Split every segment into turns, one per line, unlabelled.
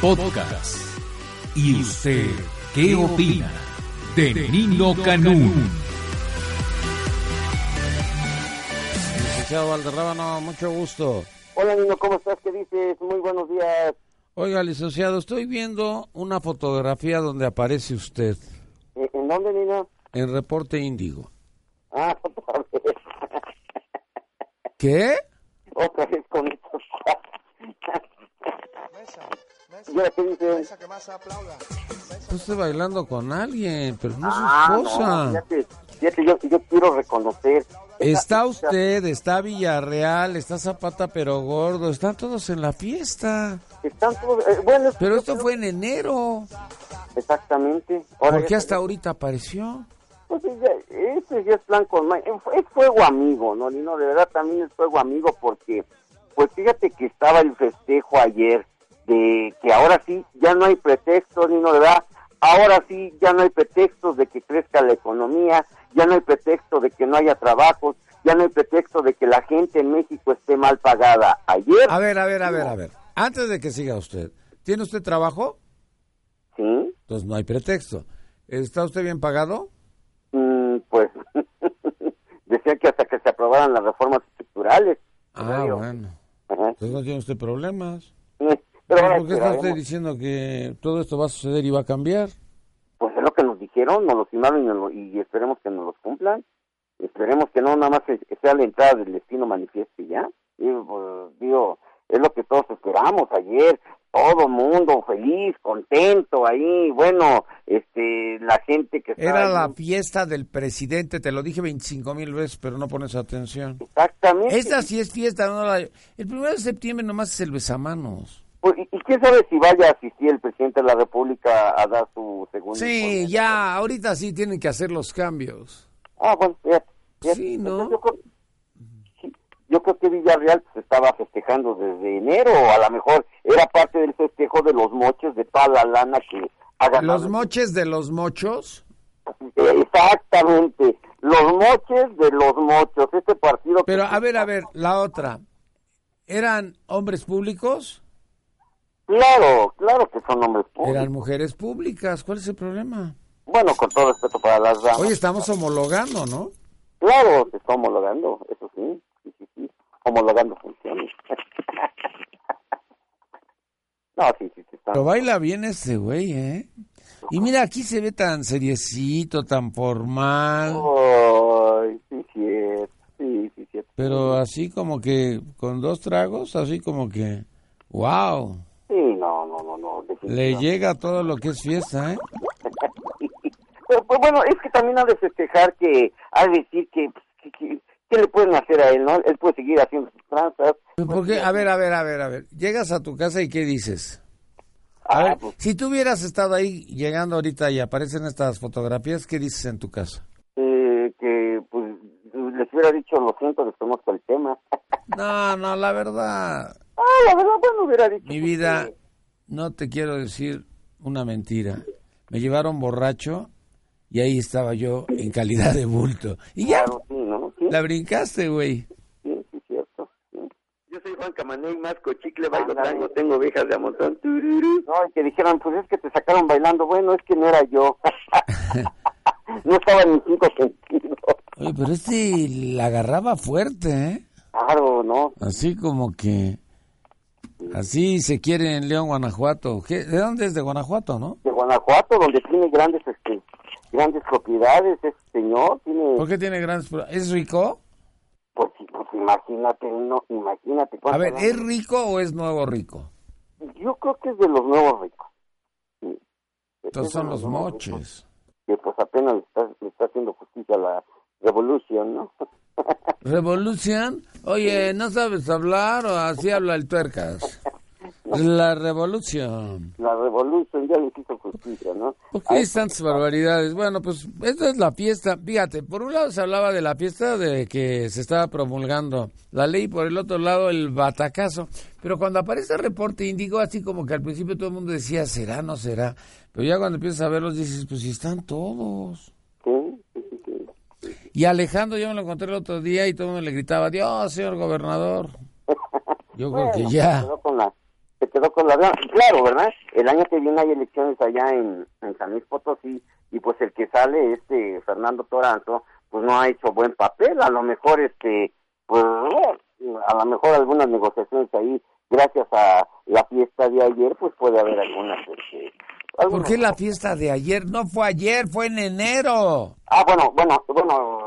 Podcast. ¿Y usted qué opina de Nino Canún?
Licenciado Valderrábano, mucho gusto.
Hola, niño, ¿cómo estás? ¿Qué dices? Muy buenos días.
Oiga, licenciado, estoy viendo una fotografía donde aparece usted
¿En Eh, en dónde, niño?
en Reporte Índigo.
Ah, otra vez.
¿Qué?
Otra vez con estos
Mesa, mesa,
¿Y ahora qué dices?
mesa que más aplauda.
Yo Pues estoy bailando con alguien, pero no es su
Ah,
esposa.
no, fíjate, fíjate, yo, yo quiero reconocer.
Está usted, está Villarreal, está Zapata pero gordo, están todos en la fiesta.
Están todos, eh, bueno, es-
Pero esto fue en enero.
Exactamente. Ahora
¿Por qué
ya-
hasta ahorita apareció?
Pues ya, ese ya es plan con ma- eh, fue- Es fuego amigo, ¿no, Nino? De verdad también es fuego amigo porque, pues fíjate que estaba el festejo ayer de que ahora sí ya no hay pretextos, Nino, de verdad. Ahora sí ya no hay pretextos de que crezca la economía, ya no hay pretexto de que no haya trabajos, ya no hay pretexto de que la gente en México esté mal pagada. Ayer,
A ver, a ver, a ver, a ver. Antes de que siga usted, ¿tiene usted trabajo?
sí,
Entonces no hay pretexto. ¿Está usted bien pagado?
mm, pues decían que hasta que se aprobaran las reformas estructurales.
Ah, bueno.
Ajá.
Entonces Pues no tiene usted problemas.
Pero ahora
¿Por qué está usted
esperaremos.
diciendo que todo esto va a suceder y va a cambiar?
pues es lo que nos dijeron, nos lo firmaron y, nos lo- y esperemos que nos los cumplan. Esperemos que no nada más se- que sea la entrada del destino manifieste y ya. Y, pues, digo, es lo que todos esperamos ayer, todo mundo feliz, contento ahí, bueno, este, la gente que está
Era
ahí.
la fiesta del presidente, te lo dije 25 mil veces, pero no pones atención.
exactamente.
Esta sí es fiesta, no la- El primero de septiembre nomás es el besamanos.
Pues, y, y quién sabe si vaya a asistir el presidente de la República a dar su segundo.
Sí,
informe.
ya, ahorita sí tienen que hacer los cambios.
Ah, bueno, fíjate, fíjate.
Sí, ¿no?
Entonces, Yo creo, sí, yo creo que Villarreal se estaba festejando desde enero, a lo mejor era parte del festejo de los moches, de toda la lana que ha ganado. Eh,
Los moches de los mochos,
Exactamente, los moches de los mochos, este partido... que-
pero a ver, a ver, la otra. ¿Eran hombres públicos?
Claro, claro que son hombres públicos.
Eran mujeres públicas, ¿cuál es el problema?
Bueno, con todo respeto para las damas.
Hoy estamos homologando, ¿no?
Claro, se está homologando, eso sí, sí, sí, sí, homologando funciones. no, sí, sí, sí, está.
Pero baila bien este güey, ¿eh? Y mira, aquí se ve tan seriecito, tan formal,
Ay, sí, cierto. Sí, sí, cierto.
pero así como que con dos tragos, así como que, wow,
Sí, no, no, no, no.
le
definitivamente.
llega todo lo que es fiesta, ¿eh?
Pues, pues, bueno, es que también ha de festejar que, ha de decir que, pues, que- que- ¿qué le pueden hacer a él, no? Él puede seguir haciendo sus tranzas.
Porque, a ver, a ver, a ver, a ver, llegas a tu casa y ¿qué dices? A
Ah,
ver,
pues,
si tú hubieras estado ahí llegando ahorita y aparecen estas fotografías, ¿qué dices en tu casa?
eh, que, pues, les hubiera dicho, lo siento, desconozco el tema.
No, no, la verdad,
ah, la verdad, bueno, hubiera dicho.
Mi
pues,
vida,
que-
no te quiero decir una mentira. Me llevaron borracho y ahí estaba yo en calidad de bulto. Y ya,
Claro, sí, ¿no? Sí,
la brincaste, güey.
sí, sí, cierto. sí.
Yo soy Juan Camané y más chicle, bailo tango, tengo ovejas de a montón. Tururú.
No, y que dijeron, pues es que te sacaron bailando. Bueno, es que no era yo. no estaba ni cinco sentidos.
Oye, pero este la agarraba fuerte, ¿eh?
Claro, ¿no?
Así como que... Así se quiere en León, Guanajuato. ¿Qué? ¿De dónde es? De Guanajuato, ¿no?
De Guanajuato, donde tiene grandes este, grandes propiedades ese señor. Tiene,
¿Por qué tiene grandes... pro- ¿Es rico?
pues, sí, pues, imagínate, no, imagínate.
A
cuánto
ver,
gana.
¿es rico o es nuevo rico?
Yo creo que es de los nuevos ricos. Sí.
Entonces
Es de
son los
nuevos ricos,
moches.
Que pues apenas le está, le está haciendo justicia a la revolución, ¿no?
Revolución, oye, ¿no sabes hablar o así habla el tuercas? La revolución.
La revolución ya le hizo justicia, ¿no?
¿Por qué hay tantas barbaridades? Bueno, pues esta es la fiesta. Fíjate, por un lado se hablaba de la fiesta de que se estaba promulgando la ley, por el otro lado el batacazo. Pero cuando aparece el reporte índigo, así como que al principio todo el mundo decía, será, no será. Pero ya cuando empiezas a verlos dices, pues si están todos.
Sí, sí, sí, sí.
Y Alejandro, yo me lo encontré el otro día y todo el mundo le gritaba, Dios, señor gobernador. Yo creo que ya.
quedó con la- se quedó con la se quedó con la deuda. Claro, ¿verdad? El año que viene hay elecciones allá en, en San Luis Potosí y pues el que sale, este Fernando Toranto, pues no ha hecho buen papel. A lo mejor, este, pues, a lo mejor algunas negociaciones ahí, gracias a la fiesta de ayer, pues puede haber algunas. Este,
¿Por
algunas-
qué la fiesta de ayer? No fue ayer, fue en enero.
Ah, bueno, bueno, bueno,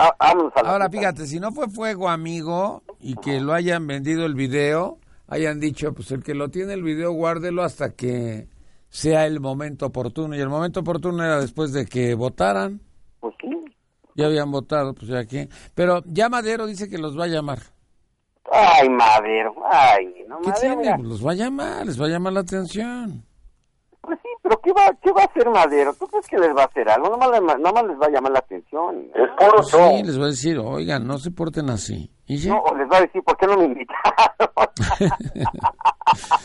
va- vámonos a la
Ahora
cita.
fíjate, si no fue fuego amigo y que lo hayan vendido el video, hayan dicho, pues el que lo tiene el video, guárdelo hasta que sea el momento oportuno. Y el momento oportuno era después de que votaran.
Pues sí.
Ya habían votado, pues ya que. Pero ya Madero dice que los va a llamar.
Ay, Madero, ay, no,
¿Qué
Madero,
tiene?
mira,
Pues Los va a llamar, les va a llamar la atención.
Pues sí, pero ¿qué va, ¿qué va a hacer Madero? ¿Tú crees que les va a hacer algo? Nomás, le- nomás les va a llamar la atención.
Es puro
Pues
show.
sí, les va a decir, oigan, no se porten así. Y ya.
No, o les va a decir, ¿por qué no me invitaron?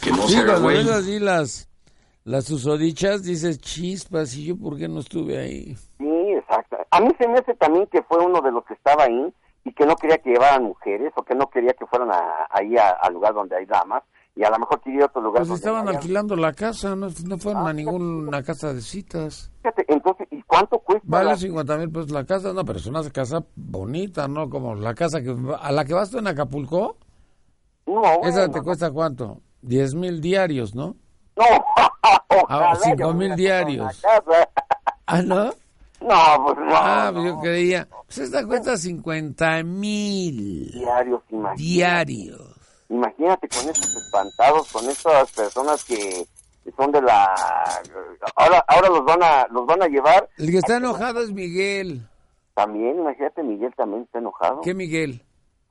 Que no
Sí,
se
cuando
güey.
ves así las, las susodichas, dices, chispas, ¿y yo por qué no estuve ahí?
sí, exacto. A mí se me hace también que fue uno de los que estaba ahí y que no quería que llevaran mujeres o que no quería que fueran a- ahí a- al lugar donde hay damas y a lo mejor quería ir a otro lugar
Pues
donde
estaban
no haya-
alquilando la casa, no, no fueron a ninguna casa de citas.
Fíjate, entonces, ¿y cuánto cuesta?
Vale
la-
50 mil pesos la casa, no, pero es una casa bonita, ¿no? Como la casa que a la que vas tú en Acapulco,
No, bueno,
esa te cuesta cuánto? 10 mil diarios, ¿no?
No, ojalá yo
cinco Ah, mil
hubiera
diarios.
comprado una casa.
Ah, ¿no?
No, pues no.
Ah, pues yo
no.
creía. Pues esta cuesta 50 mil
Diarios, imagínate.
diarios.
Imagínate con estos espantados, con estas personas que son de la ahora ahora los van a los van a llevar
El que está enojado es Miguel.
también, imagínate Miguel también está enojado.
¿Qué Miguel?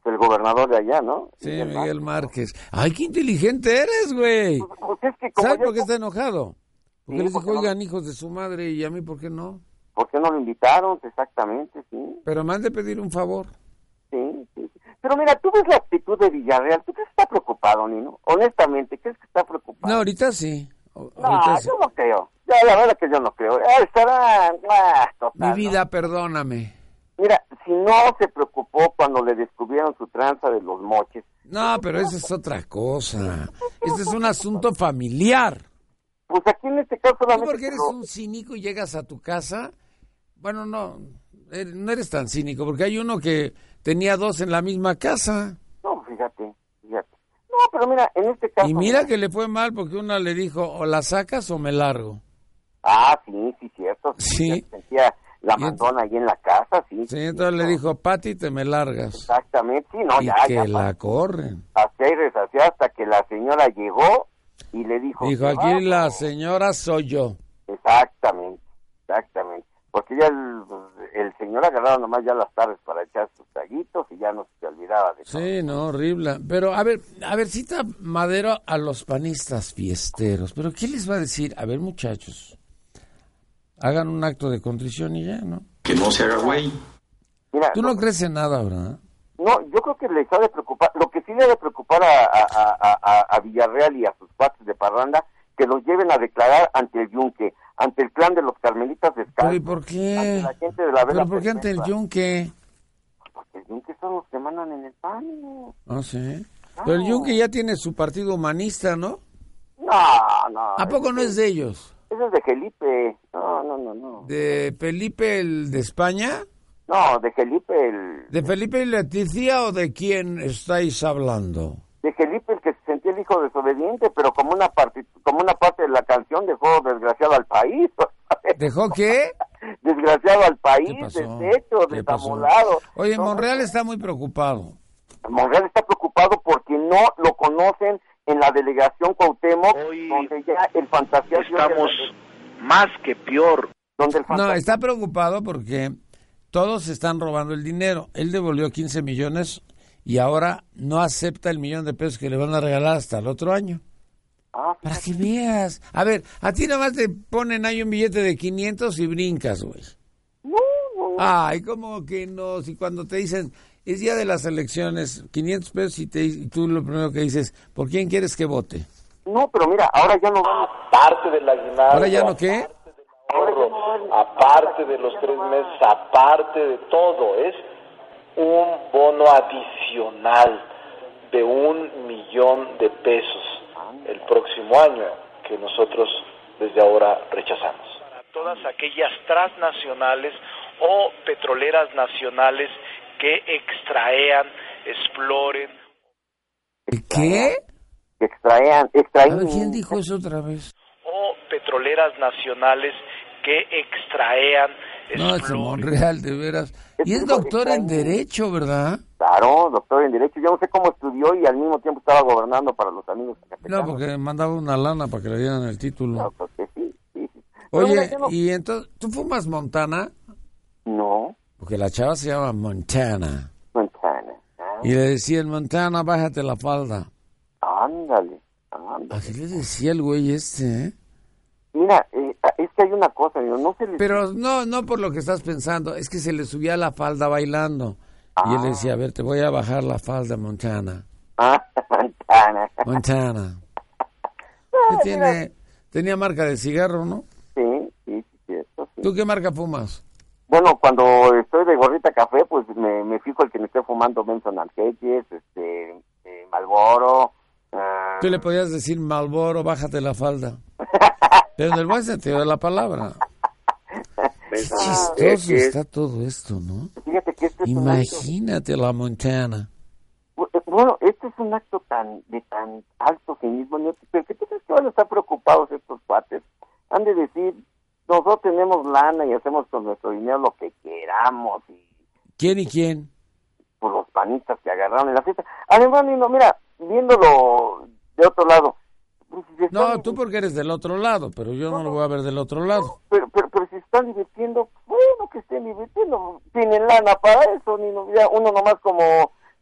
El gobernador de allá, ¿no?
Sí, Miguel Márquez. Ay, qué inteligente eres, güey.
Márquez. Pues es que como
¿Sabes
yo-
por qué está enojado? Porque
Sí,
les dijo,
porque no-
oigan, hijos de su madre, y a mí, ¿por qué no?
¿por qué no lo invitaron? Exactamente, sí,
Pero me han de pedir un favor.
sí, sí. Pero mira, tú ves la actitud de Villarreal, ¿tú crees que está preocupado, Nino? Honestamente, ¿crees que está preocupado?
No, ahorita sí. O-
Ah. No,
ahorita sí.
yo no creo. Ya, la verdad que yo no creo. Ah, Estará... ah, total,
Mi
¿no?
vida, perdóname.
Mira, si no se preocupó cuando le descubrieron su tranza de los moches,
No, pero esa es otra cosa. Este es un asunto familiar.
pues aquí en este caso
Tú
solamente...
porque eres
lo-
un cínico y llegas a tu casa, bueno, no, eh, no eres tan cínico, porque hay uno que tenía dos en la misma casa.
No, fíjate, fíjate. No, pero mira, en este caso...
Y mira que le fue mal porque una le dijo, o la sacas o me largo.
Ah, sí, sí, cierto.
Sí.
Sí. se Sentía la
Y
mandona ahí en la casa, sí.
Sí, entonces le
no,
dijo, Pati, te me largas.
Exactamente, sí, no,
Y
ya,
que
ya.
la corren.
Hacía y reshacía hasta que la señora llegó y le dijo...
Dijo,
"Te
aquí
vas".
la señora soy yo.
Exactamente, exactamente. Porque ya el, el señor agarraba nomás ya las tardes para echar sus taguitos y ya no se olvidaba de todo.
Sí, no, horrible. Pero a ver, a ver, cita Madero a los panistas fiesteros. Pero ¿qué les va a decir? A ver, muchachos, hagan un acto de contrición y ya, ¿no?
Que no se haga güey.
Mira,
Tú no crees en nada, ¿verdad?
No, yo creo que les ha de preocupar, lo que sí le ha de preocupar a, a- a- a- a Villarreal y a sus cuates de Parranda, que los lleven a declarar ante el yunque, ante el clan de los carmelitas
Pero ¿y
descalzos,
por qué?
ante la gente de la vela
¿Pero por qué ante el
perpetua.
yunque?
Porque el yunque son los que mandan en el pan. No,
No sé. Ah, Pero el yunque ya tiene su partido humanista, ¿no?
no.
¿A poco no es de ellos?
Eso es de Felipe. No, no, no, no.
¿De Felipe el de España?
No, de Felipe el...
¿De Felipe y Leticia o de quién estáis hablando?
de Felipe el que se sentía el hijo desobediente, pero como una parte, como una parte de la canción dejó desgraciado al país,
¿Dejó qué?
desgraciado al país,
¿Qué pasó?
deshecho,
¿Qué pasó?
desamolado.
Oye,
No,
Monreal está muy preocupado.
Monreal está preocupado porque no lo conocen en la delegación Cuauhtémoc,
Hoy
donde ya el fantasía
estamos más que peor.
donde el
No,
fantasía-
está preocupado porque todos están robando el dinero. Él devolvió 15 millones y ahora no acepta el millón de pesos que le van a regalar hasta el otro año.
Ah,
Para que veas. A ver, a ti nada más te ponen ahí un billete de 500 y brincas, güey.
no, no,
Ay, ¿cómo que no? Si cuando te dicen, es día de las elecciones, 500 pesos y, te, y tú lo primero que dices, ¿por quién quieres que vote?
no, pero mira, ahora ya no vamos,
aparte del aguinaldo,
Ahora ya no qué.
ahorro, aparte de los tres meses, aparte de todo, es un bono adicional de un millón de pesos. el próximo año que nosotros desde ahora rechazamos.
para todas aquellas transnacionales o petroleras nacionales que extraean, exploren.
¿Qué?
Que extraían,
A
extraían.
ver, ¿quién dijo eso otra vez?
o petroleras nacionales que extraean,
No, es
exploren.
Monreal, de veras. Y es doctor en Derecho, ¿verdad?
Claro, doctor en Derecho. Yo no sé cómo estudió y al mismo tiempo estaba gobernando para los amigos
No,
zacatecanos.
porque mandaba una lana para que le dieran el título.
Claro que sí, sí. Pero mira,
Oye,
yo no-
y entonces, ¿tú fumas Montana?
No,
Porque la chava se llama Montana.
Montana. Ah,
Y le decían, Montana, bájate la falda.
Ándale, ándale.
Así le decía el güey este, ¿eh?
Mira, eh, es que hay una cosa, digo, no se les...
Pero no, no por lo que estás pensando, es que se le subía la falda bailando. Y él le decía, a ver, te voy a bajar la falda, Montana.
Ah, Montana.
Montana.
Ah,
¿Qué tiene? Tenía marca de cigarro, ¿no?
Sí, sí, sí, cierto, sí.
¿Tú qué marca fumas?
Bueno, cuando estoy de gorrita café, pues me, me fijo el que me esté fumando Benson and Hedges, este, eh, Malboro. ah,
Tú le podías decir, Malboro, bájate la falda. Pero en el buen sentido de la palabra. Qué chistoso está todo esto, ¿no?
Fíjate que este es un acto-
Imagínate la Montana.
Bueno, este es un acto tan de tan alto cinismo, ¿no? pero que tú crees que van a estar preocupados estos cuates. Han de decir, nosotros tenemos lana y hacemos con nuestro dinero lo que queramos y
¿Quién y quién?
por los panistas que agarraron en la fiesta. Además, Nino, mira, viéndolo de otro lado. pues, si se
No,
están-
tú porque eres del otro lado, pero yo no lo voy a ver del otro lado.
pero, pero, pero si están divirtiendo, bueno que estén divirtiendo, tienen lana para eso, ni no- ya uno nomás como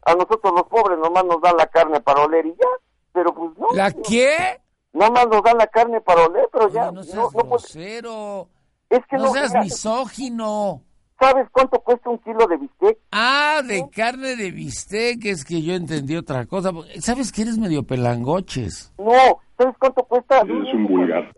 a nosotros los pobres nomás nos dan la carne para oler y ya, pero pues no,
¿La
no,
qué?
nomás nos dan la carne para oler, pero Pues ya,
Oye, no seas
no, no puede-
grosero.
es que no,
No seas
mira,
misógino.
¿sabes cuánto cuesta un kilo de bistec?
Ah, de carne de bistec, es que yo entendí otra cosa. ¿Sabes que eres medio pelangoches?
No, ¿sabes cuánto cuesta?
Es un vulgar.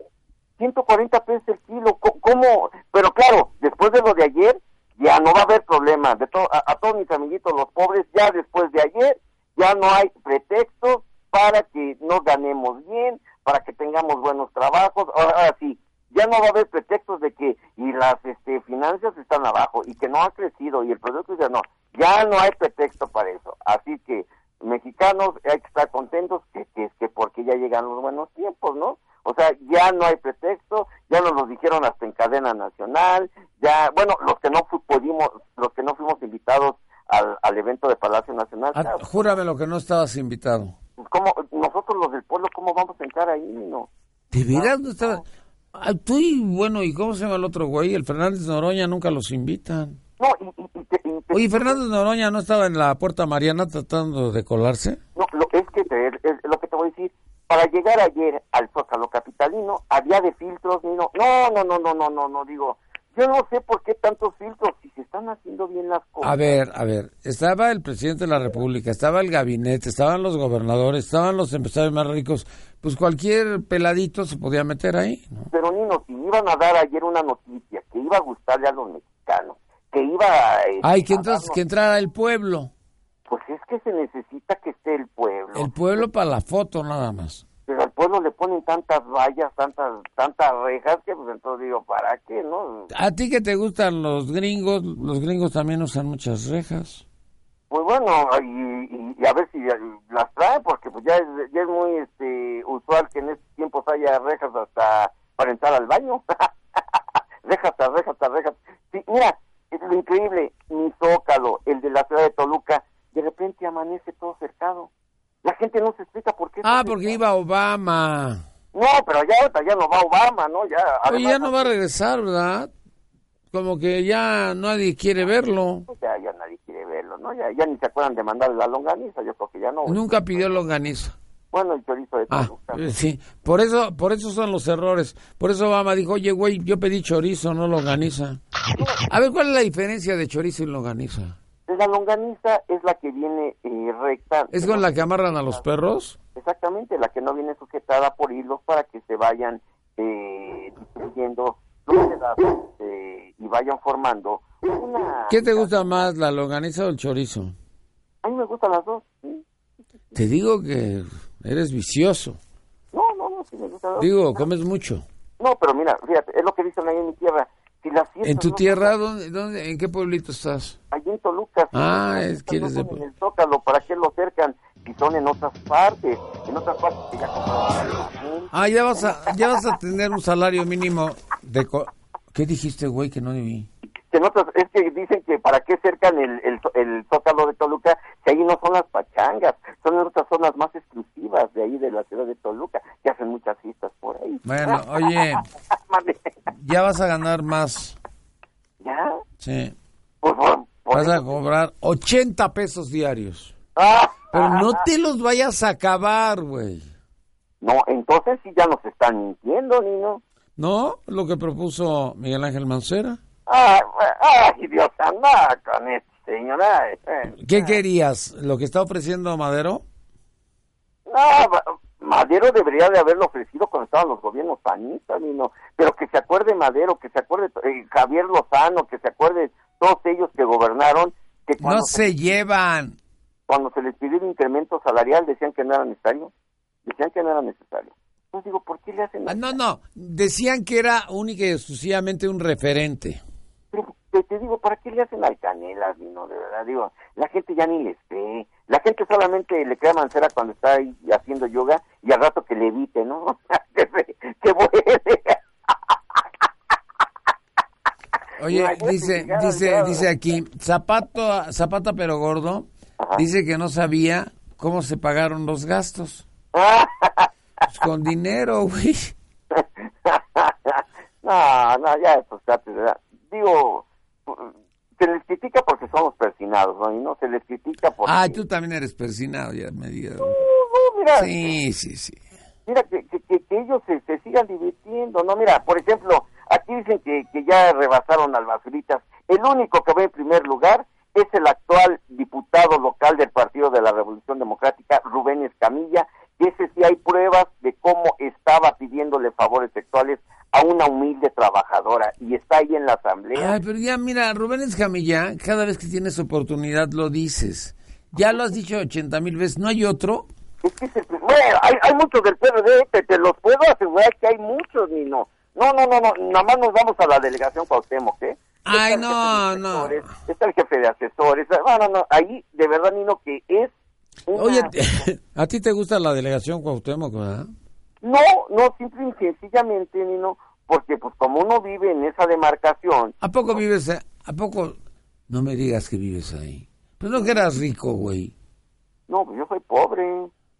140 pesos el kilo, co- ¿cómo? Pero claro, después de lo de ayer, ya no va a haber problema. De to- a, a todos mis amiguitos, los pobres, ya después de ayer, ya no hay pretextos para que nos ganemos bien, para que tengamos buenos trabajos. Ahora, ahora sí, ya no va a haber pretextos de que y las este, finanzas están abajo y que no ha crecido y el producto ya no. Ya no hay pretexto para eso. Así que, mexicanos, hay que estar contentos que, que, que porque ya llegan los buenos tiempos, ¿no? O sea, ya no hay pretexto, ya nos lo dijeron hasta en cadena nacional, ya, bueno, los que no fu- pudimos, los que no fuimos invitados al, al evento de Palacio Nacional,
Ah,
claro,
júrame lo que no estabas invitado.
¿cómo, nosotros los del pueblo, ¿cómo vamos a entrar ahí? No.
¿De veras no estabas? Ah, tú y bueno, ¿y cómo se llama el otro güey? El Fernández Noroña nunca los invitan.
No, y, y- y te- y te-
Oye, Fernández Noroña no estaba en la puerta Mariana tratando de colarse.
no, lo, es que te- es lo que te voy a decir, para llegar ayer al Zócalo Capitalino, había de filtros, Nino. no, no, no, no, no, no, no, digo, yo no sé por qué tantos filtros, si se están haciendo bien las cosas.
A ver, a ver, estaba el presidente de la República, estaba el gabinete, estaban los gobernadores, estaban los empresarios más ricos, pues cualquier peladito se podía meter ahí. ¿no?
Pero Nino, si iban a dar ayer una noticia que iba a gustarle a los mexicanos, que iba a... eh,
Ay, que
a
entonces
darnos-
que entrara el pueblo,
Pues es que se necesita que esté el pueblo.
el pueblo para la foto nada más.
Pero al pueblo le ponen tantas vallas, tantas tantas rejas, que pues entonces digo, ¿para qué, no?
A ti que te gustan los gringos, los gringos también usan muchas rejas.
Pues bueno, y, y- y a ver si eh, las trae, porque pues ya es, ya es muy este usual que en estos tiempos haya rejas hasta para entrar al baño. rejas tras rejas tras rejas. Sí, mira, es lo increíble, mi zócalo, el de la ciudad de Toluca, de repente amanece todo cercado. La gente no se explica por qué.
Ah,
está
porque iba
cercado.
Obama.
No, pero ya ahorita ya no va Obama, ¿no? Ya,
Oye,
además,
ya no va a regresar, ¿verdad? Como que ya nadie quiere verlo.
Ya, ya nadie quiere verlo, ¿no? Ya, ya ni se acuerdan de mandar la longaniza, yo creo que ya no. güey.
Nunca pidió longaniza.
Bueno, el chorizo de
Ah,
Toluca.
eh, sí, por eso, por eso son los errores. Por eso Obama dijo, oye, güey, yo pedí chorizo, no longaniza. A ver, ¿cuál es la diferencia de chorizo y longaniza?
La longaniza es la que viene eh, recta.
¿Es con la que amarran a los perros?
Exactamente, la que no viene sujetada por hilos para que se vayan eh, distribuyendo los pedazos eh, y vayan formando una...
¿Qué te gusta más, la longaniza o el chorizo?
A mí me gustan las dos. ¿sí?
Te digo que eres vicioso.
sí me gusta.
Digo, comes mucho.
No, pero mira, fíjate, es lo que dicen ahí en mi tierra. Si las fiestas
¿En tu
no-
tierra, ¿dónde, dónde, en qué pueblito estás?
Allí en Toluca. sí,
Ah,
las
es
fiestas
que
no
eres de
son
Pol-
En el Zócalo, ¿para qué lo cercan? Si son en otras partes. En otras partes que ya compraron.
Ah, ya vas a, ya vas a tener un salario mínimo de... co- ¿Qué dijiste, güey, que no vi?
Que en otras- es que dicen que para qué cercan el, el, el Zócalo de Toluca, que ahí no son las pachangas, son en otras zonas más exclusivas de ahí de la ciudad de Toluca, que hacen muchas fiestas por ahí. Ah,
Bueno, oye,
Mande.
ya vas a ganar más.
¿Ya?
Sí.
Por favor. por
Vas a
eso-
cobrar 80 pesos diarios.
Ah,
Pero
ah,
no
ah.
te los vayas a acabar, güey.
No, entonces sí ya nos están mintiendo, niño.
¿No? Lo que propuso Miguel Ángel Mancera.
Ay, ay, Dios, anda con este señor. ay, eh.
¿Qué querías? ¿Lo que está ofreciendo Madero?
No, Ma- Madero debería de haberlo ofrecido cuando estaban los gobiernos panistas, niño. Pero que se acuerde Madero, que se acuerde eh, Javier Lozano, que se acuerde todos ellos que gobernaron, que cuando,
No se llevan.
cuando se les pidió el incremento salarial decían que no era necesario. Decían que no era necesario. Entonces digo, ¿por qué le hacen
Ah, No, no. Decían que era única y exclusivamente un referente.
Pero te, te digo, ¿para qué le hacen al canela, vino? De verdad, digo, la gente ya ni les cree. La gente solamente le crea mancera cuando está ahí haciendo yoga y al rato que le evite, ¿no? que, se- que vuele.
Oye,
Imagínate
dice,
llegar al
dice,
grado.
dice aquí, zapato, zapata pero gordo, dice que no sabía cómo se pagaron los gastos. Pues con dinero, güey.
no, no, ya esos tratos, ¿verdad? Digo, se les critica porque somos persinados, ¿no? Y no se les critica porque...
Ah, tú también eres persinado, ya me dijeron.
No, mira,
Sí, sí, sí.
mira, que, que- que- que ellos se, se sigan divirtiendo, ¿no? Mira, por ejemplo, aquí dicen que, que ya rebasaron al Basuritas. El único que va en primer lugar es el actual diputado local del Partido de la Revolución Democrática, Rubén Escamilla, que ese sí hay pruebas de cómo estaba pidiéndole favores sexuales a una humilde trabajadora y está ahí en la asamblea.
Ay, pero ya, mira, Rubén Escamilla, cada vez que tienes oportunidad lo dices. Ya lo has dicho 80 mil veces, ¿no hay otro?
Es que es el pri- pues, bueno, hay, hay muchos del PRD, te, te los puedo asegurar que hay muchos, Nino. No, no, no, no, nada más nos vamos a la delegación Cuauhtémoc, ¿eh?
Ay,
Está el
no,
jefe
no.
de asesores, Está el jefe de asesores, no, no, no, ahí de verdad, Nino, que es... una-
Oye, ¿a ti te gusta la delegación Cuauhtémoc, verdad?
No, no, simple y sencillamente, Nino, porque pues como uno vive en esa demarcación,
¿A poco vives, a, a poco? No me digas que vives ahí. Pues no que eras rico, güey.
no, pues yo soy pobre.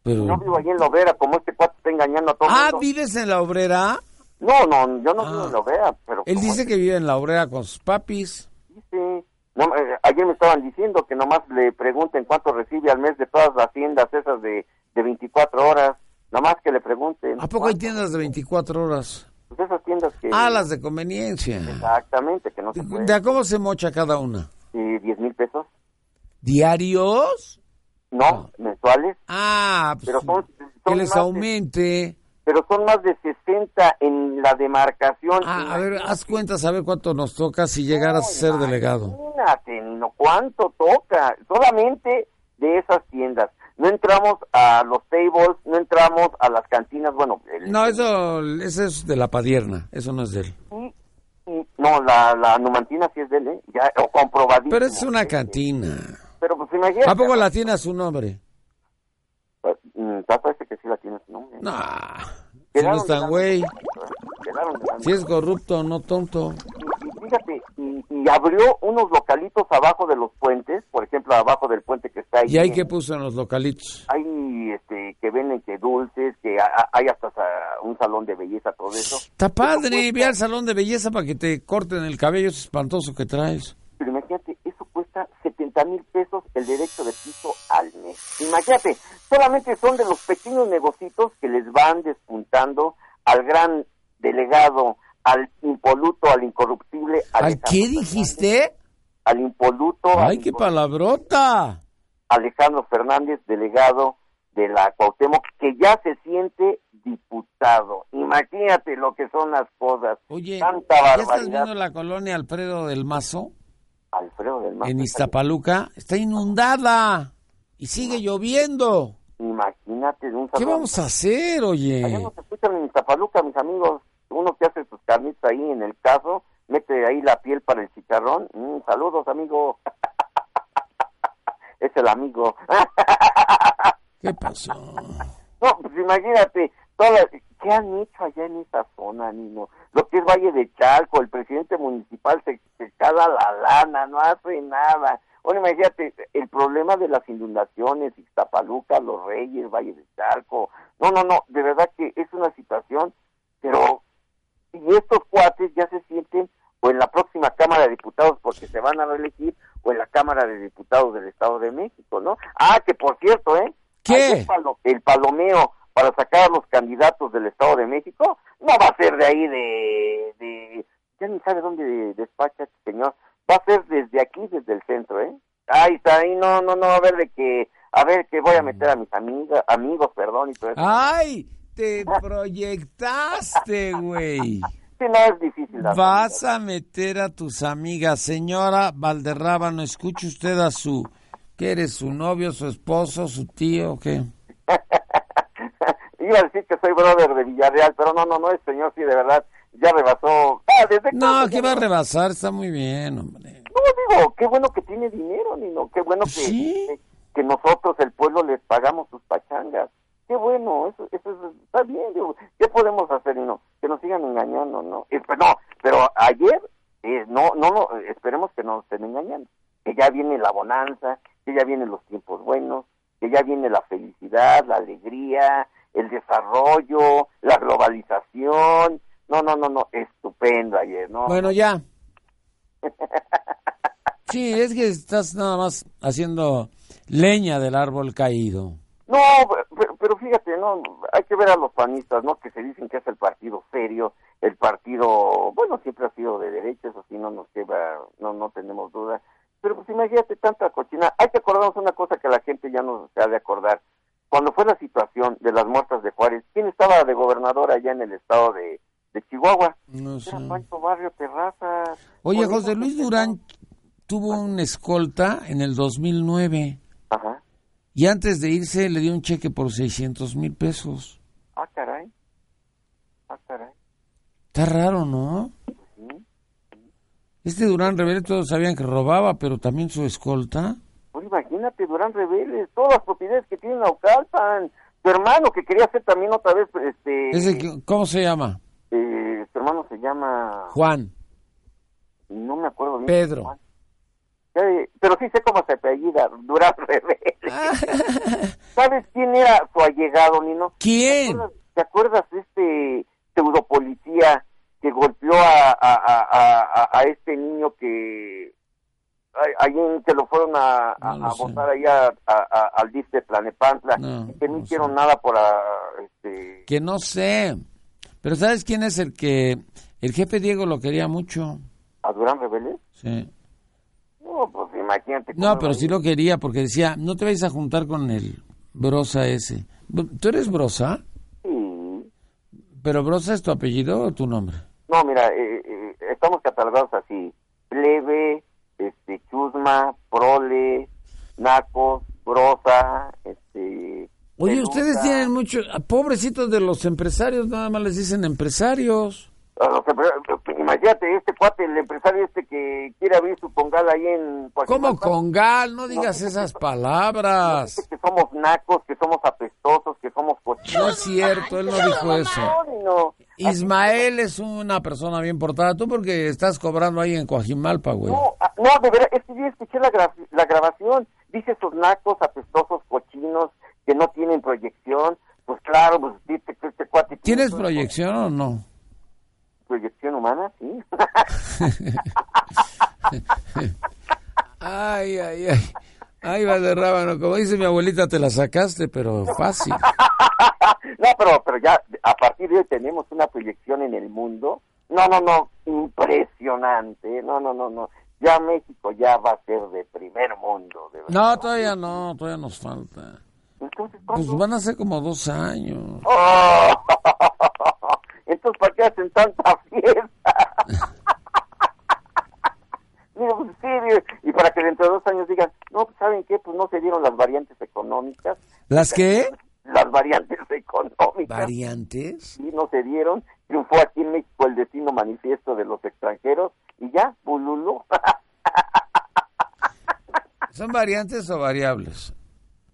Pero-
Yo vivo ahí en la obrera, como este cuate está engañando a todo
Ah,
mundo.
¿vives en la obrera?
No, no, yo no vivo
Ah.
en la obrera, pero...
Él
como este
dice que vive en la obrera con sus papis.
dice. No, eh, ayer me estaban diciendo que nomás le pregunten cuánto recibe al mes de todas las tiendas esas de, de 24 horas. Nomás que le pregunten.
¿A poco hay
cuánto.
tiendas de 24 horas?
Pues esas tiendas que.
Ah, las de conveniencia.
Exactamente, que no se
¿De a cómo se mocha cada una?
puede. 10 mil pesos.
¿Diarios?
No, mensuales.
Ah, pues
Pero son- son
que les
más de-
aumente.
Pero son más de 60 en la demarcación.
Ah, a ver, haz cuentas a ver cuánto nos toca si llegaras a ser delegado.
Imagínate, Nino, cuánto toca. Solamente de esas tiendas. No entramos a los tables, no entramos a las cantinas. Bueno, el-
No, eso, eso es de la padierna, eso no es de él.
Y- y- no, la, la numantina sí es de él, ¿eh? ya o comprobadísimo.
Pero es una
Eh,
cantina.
Pero pues imagínate.
¿A poco la tiene a su nombre?
Pues, mm, tal parece que sí la tienes, ¿no?
No, si no es tan güey.
Quedaron de-
Si es corrupto, no tonto.
y, y fíjate, y, y abrió unos localitos abajo de los puentes, por ejemplo, abajo del puente que está ahí.
¿Y ahí
en-
que puso en los localitos?
hay este, que venden que dulces, que a- a- hay hasta sa- un salón de belleza, todo eso.
Está padre, ve al salón de belleza para que te corten el cabello ese espantoso que traes.
Pero imagínate, eso cuesta 70 mil pesos el derecho de piso al mes. Imagínate, solamente son de los pequeños negocitos que les van despuntando al gran delegado, al impoluto, al incorruptible.
¿Al
Alejandro
qué
Fernández,
dijiste?
Al impoluto,
¡Ay,
al
qué
incorruptible
palabrota!
Alejandro Fernández, delegado de la Cuauhtémoc, que ya se siente diputado. Imagínate lo que son las cosas.
Oye,
Tanta
¿ya estás
barbaridad.
viendo la colonia Alfredo del Mazo?
Alfredo del Mazo
en
está
Iztapaluca está inundada y sigue lloviendo.
Imagínate de un
¿Qué
salón.
vamos a hacer, oye?
Allá nos escuchan en Zapaluca, mis amigos, uno que hace sus carnitas ahí en el caso, mete ahí la piel para el chicharrón. Mm, saludos, amigo. es el amigo. Ah,
¿Qué pasó?
No, pues imagínate, todas, ¿qué han hecho allá en esa zona, Nino? Lo que es Valle de Chalco, el presidente municipal se, se cala la lana, no hace nada. Bueno, imagínate, el problema de las inundaciones, Ixtapaluca, Los Reyes, Valle de Chalco. No, no, no, de verdad que es una situación, pero... Y estos cuates ya se sienten o en la próxima Cámara de Diputados porque se van a reelegir o en la Cámara de Diputados del Estado de México, ¿no? Ah, que por cierto, ¿eh?
¿Qué?
Ayer palo- el palomeo para sacar a los candidatos del Estado de México no va a ser de ahí de... de ya ni sabe dónde de- despacha este señor. Va a ser desde aquí, desde el centro, ¿eh? Ahí está, ahí no, no, no, a ver de que... A ver que voy a meter a mis amigas, amigos, perdón, y todo eso.
Ah. ¡Ay! Te proyectaste, güey.
Sí, no es difícil. la
Vas a meter a tus amigas. Señora Valderrábano, escuche usted a su... ¿Qué eres? ¿Su novio, su esposo, su tío? ¿Qué?
Iba a decir que soy brother de Villarreal, pero no, no, no, el señor sí, de verdad, ya rebasó. Ah, ¿desde
No,
cuándo?
que va a rebasar. Está muy bien, hombre.
No, digo, qué bueno que tiene dinero, Nino, qué bueno que,
Sí.
que, que nosotros, el pueblo, les pagamos sus pachangas. Qué bueno, eso, eso, es- está bien, digo, ¿qué podemos hacer, Nino? Que nos sigan engañando, ¿no? Eh, pues, no, pero ayer, eh, no, no, no, eh, esperemos que no nos estén engañando, que ya viene la bonanza, que ya vienen los tiempos buenos, que ya viene la felicidad, la alegría, el desarrollo, la globalización. No, no, no, no, estupendo ayer, ¿no?
Bueno, ya. Sí, es que estás nada más haciendo leña del árbol caído.
No, pero, pero fíjate, no, hay que ver a los panistas, ¿no? Que se dicen que es el partido serio, el partido, bueno, siempre ha sido de derecha, eso sí no nos lleva, no, no tenemos duda. Pero pues imagínate tanta cochina. Hay que acordarnos una cosa que la gente ya no se ha de acordar. Cuando fue la situación de las muertas de Juárez, ¿quién estaba de gobernador allá en el estado de, de Chihuahua?
No sé.
Era Pancho Barrio Terrazas.
Oye,
Por
José
eso
Luis
se-
Durán tuvo un escolta en el 2009
Ajá.
y antes de irse le dio un cheque por 600 mil pesos.
Ah, caray. Ah, caray.
Está raro, ¿no? Este Durán Rebelde todos sabían que robaba, pero también su escolta.
Pues imagínate, Durán Rebeles, todas las propiedades que tiene Naucalpan. Tu hermano, que quería ser también otra vez, este...
Ese, que- ¿Cómo se llama?
eh, su hermano se llama...
Juan.
No me acuerdo bien.
Pedro.
Juan. Eh, Pero sí sé cómo se apellida, Durán Rebeles. ¿Sabes quién era su allegado, Nino? ¿Te
¿Quién?
acuerdas- ¿Te acuerdas de este pseudopolicía que golpeó a, a, a- a- a- a este niño que a- ahí en que lo fueron a, a,
No lo
a
sé.
votar allá a- a- al DIF de Tlanepantla
No,
y que no,
no
hicieron nada por a, este
Que no sé. Pero ¿sabes quién es el que... El jefe Diego lo quería mucho.
a Durán Rebelés?
Sí.
No, pues imagínate.
No,
cómo
pero
era.
sí lo quería porque decía, no te vayas a juntar con el Brosa ese. Br- ¿Tú eres Brosa?
Sí.
¿Pero Brosa es tu apellido o tu nombre?
No, mira, eh, eh, estamos catalogados así. Plebe, este, chusma, prole, nacos, brosa, este...
Oye,
pelusa.
ustedes tienen mucho... ah, Pobrecitos de los empresarios, nada más les dicen empresarios.
A los empre- Imagínate, este cuate, el empresario este que quiere abrir su pongal ahí en...
¿Cómo
Coajimalpa,
congal? No digas esas palabras.
dice Que somos nacos, que somos apestosos, que somos
No
cochinos.
es cierto, él no dijo eso.
No,
Ismael es una persona bien portada. Tú porque estás cobrando ahí en Coajimalpa, güey.
no, ah, no, de verdad, es que yo escuché la, gra- la grabación. Dice esos nacos, apestosos, cochinos, que no tienen proyección. Pues claro, pues dice que este cuate... tiene
¿Tienes
pro-
proyección o no?
Proyección humana, sí.
Ay, ay, ay. Ay, Valderrábano, como dice mi abuelita, te la sacaste, pero fácil.
no, pero, pero ya a partir de hoy tenemos una proyección en el mundo. No, no, no, impresionante. No, no, no, no. Ya México ya va a ser de primer mundo, de verdad.
No, todavía no, todavía nos falta.
Entonces,
Pues
¿cuándo?
van a ser como dos años.
¡Oh! Entonces, ¿para qué hacen tanta fiesta? Digo, pues, sí, digo, y para que dentro de dos años digan, no, pues, ¿saben qué? Pues no se dieron las variantes económicas.
¿Las qué?
Las variantes económicas.
¿Variantes?
Sí, no se dieron, triunfó aquí en México el destino manifiesto de los extranjeros y ya, bululú. pues,
¿Son variantes o variables?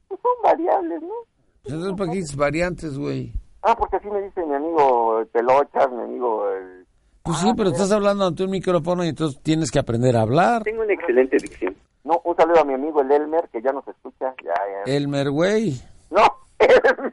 Pues son variables, ¿no?
Pues Entonces, ¿para qué dices variantes, güey?
Ah, porque así me dice mi amigo eh, Pelochas, mi amigo... eh,
Pues sí, pero estás hablando ante un micrófono y entonces tienes que aprender a hablar.
Tengo una excelente dicción.
No, un saludo a mi amigo el Elmer, que ya nos escucha. Ya, ya.
Elmer, güey.
No, Elmer.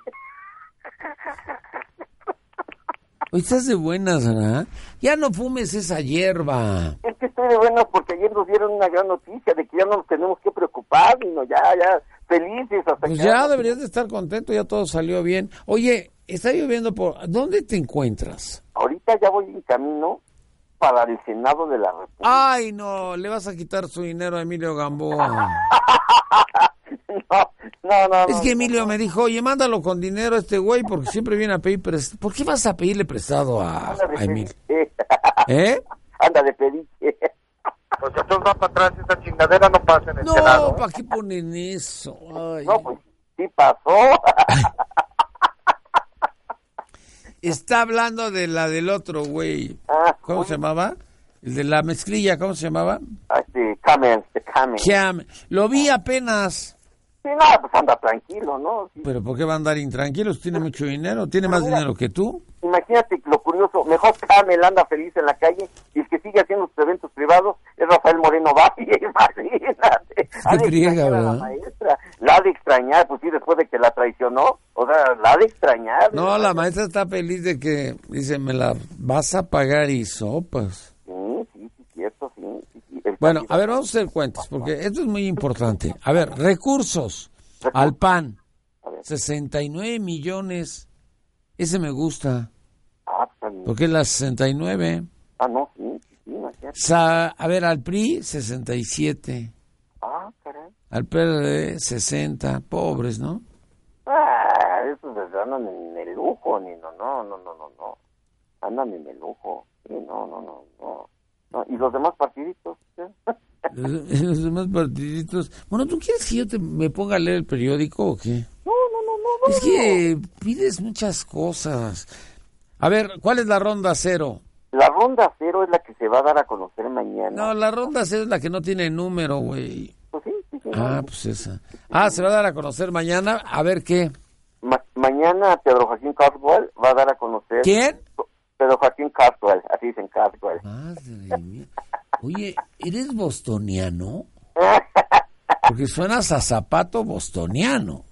Hoy estás de buenas, ¿verdad? Ya no fumes esa hierba.
Es que estoy de buenas porque ayer nos dieron una gran noticia de que ya no nos tenemos que preocupar, sino ya, ya, felices hasta
Pues
que...
ya deberías de estar contento, ya todo salió bien. Oye, está lloviendo por... ¿Dónde te encuentras?
Ahorita ya voy en camino para el Senado de la República.
Ay, no, le vas a quitar su dinero a Emilio Gamboa.
No, no, no.
Es
no.
que Emilio me dijo, oye, mándalo con dinero a este güey porque siempre viene a pedir prestado. ¿Por qué vas a pedirle prestado a,
Anda de
a Emilio?
pediche.
¿Eh?
Anda de pediche.
Pues entonces va para atrás esa chingadera, no pasa en el
No,
Senado.
¿para qué ponen eso? Ay.
No, pues sí pasó.
Está hablando de la del otro güey.
Ah,
¿Cómo se llamaba? El de la mezclilla, ¿cómo se llamaba?
Este, Cameron, este Cameron.
Cham. Lo vi apenas.
Sí, no, pues anda tranquilo, ¿no? Sí.
Pero ¿por qué va a andar intranquilos? Tiene mucho dinero, tiene más dinero que tú.
Imagínate lo curioso, mejor Camel anda feliz en la calle y el que sigue haciendo sus eventos privados es Rafael Moreno Valle, imagínate. Ha de
friega,
extrañar a
¿verdad?
La maestra, la ha de extrañar, pues sí, después de que la traicionó, o sea, la ha de extrañar.
No, la maestra está feliz de que dice, me la vas a pagar y sopas.
Sí, sí, sí, cierto, sí. sí, sí. El
Bueno, a
candidato-
ver, vamos a hacer cuentas, porque esto es muy importante. A ver, recursos al PAN, 69 millones. Ese me gusta,
Ah, pues, ah,
porque es la 69.
ah, no, sí, sí, sí, imagínate.
Sa- a ver, al PRI, 67.
Ah, caray.
Al PRD, 60. Pobres, ¿no?
Ah, esos se andan en el lujo, ni no, no, no, no, no, no. Andan en el lujo. Sí, no, no, no, no. No, ¿Y los demás partiditos?
Los los demás partiditos. Bueno, ¿tú quieres que yo te, me ponga a leer el periódico o qué?
No, no, no, no, no.
Es que pides muchas cosas. A ver, ¿cuál es la ronda cero?
La ronda cero es la que se va a dar a conocer mañana.
No, la ronda cero es la que no tiene número, güey.
Pues sí, sí, sí.
Ah, pues esa. Ah, se va a dar a conocer mañana. A ver qué.
Ma- mañana Pedro Joaquín Caswell va a dar a conocer.
¿Quién?
Pedro Joaquín Caswell, así dicen Caswell.
Madre mía. Oye, ¿eres bostoniano? Porque suenas a zapato bostoniano.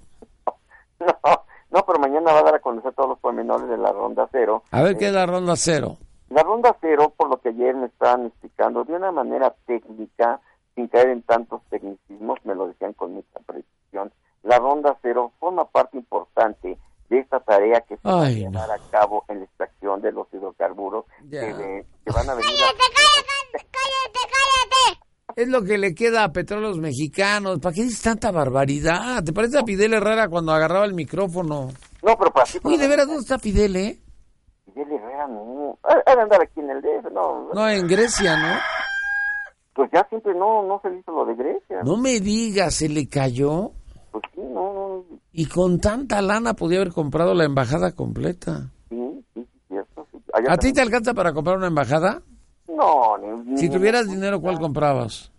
No, no, pero mañana va a dar a conocer todos los pormenores de la ronda cero.
A ver qué es la ronda cero.
La ronda cero, por lo que ayer me estaban explicando, de una manera técnica, sin caer en tantos tecnicismos, me lo decían con mucha precisión, la ronda cero forma parte importante de esta tarea que se va a
Ay, no.
llevar a cabo en la extracción de los hidrocarburos
Ya.
que, de- que van a venir. a-
Es lo que le queda a Petróleos Mexicanos. ¿Para qué dices tanta barbaridad? ¿Te parece a Fidel Herrera cuando agarraba el micrófono?
No, pero para ti,
Oye,
para-
¿de veras dónde está Fidel, eh?
Fidel Herrera, no. Ha- ha de andar aquí en el DF, no.
No, en Grecia, ¿no?
Pues ya siempre no, no se le hizo lo de Grecia.
No me digas, se le cayó.
Pues sí, no, no.
Y con tanta lana podía haber comprado la embajada completa.
Sí, sí, sí, cierto. sí. Allá
¿A ti
también-
te alcanza para comprar una embajada?
No, ni-
Si
ni-
tuvieras dinero, ¿cuál comprabas?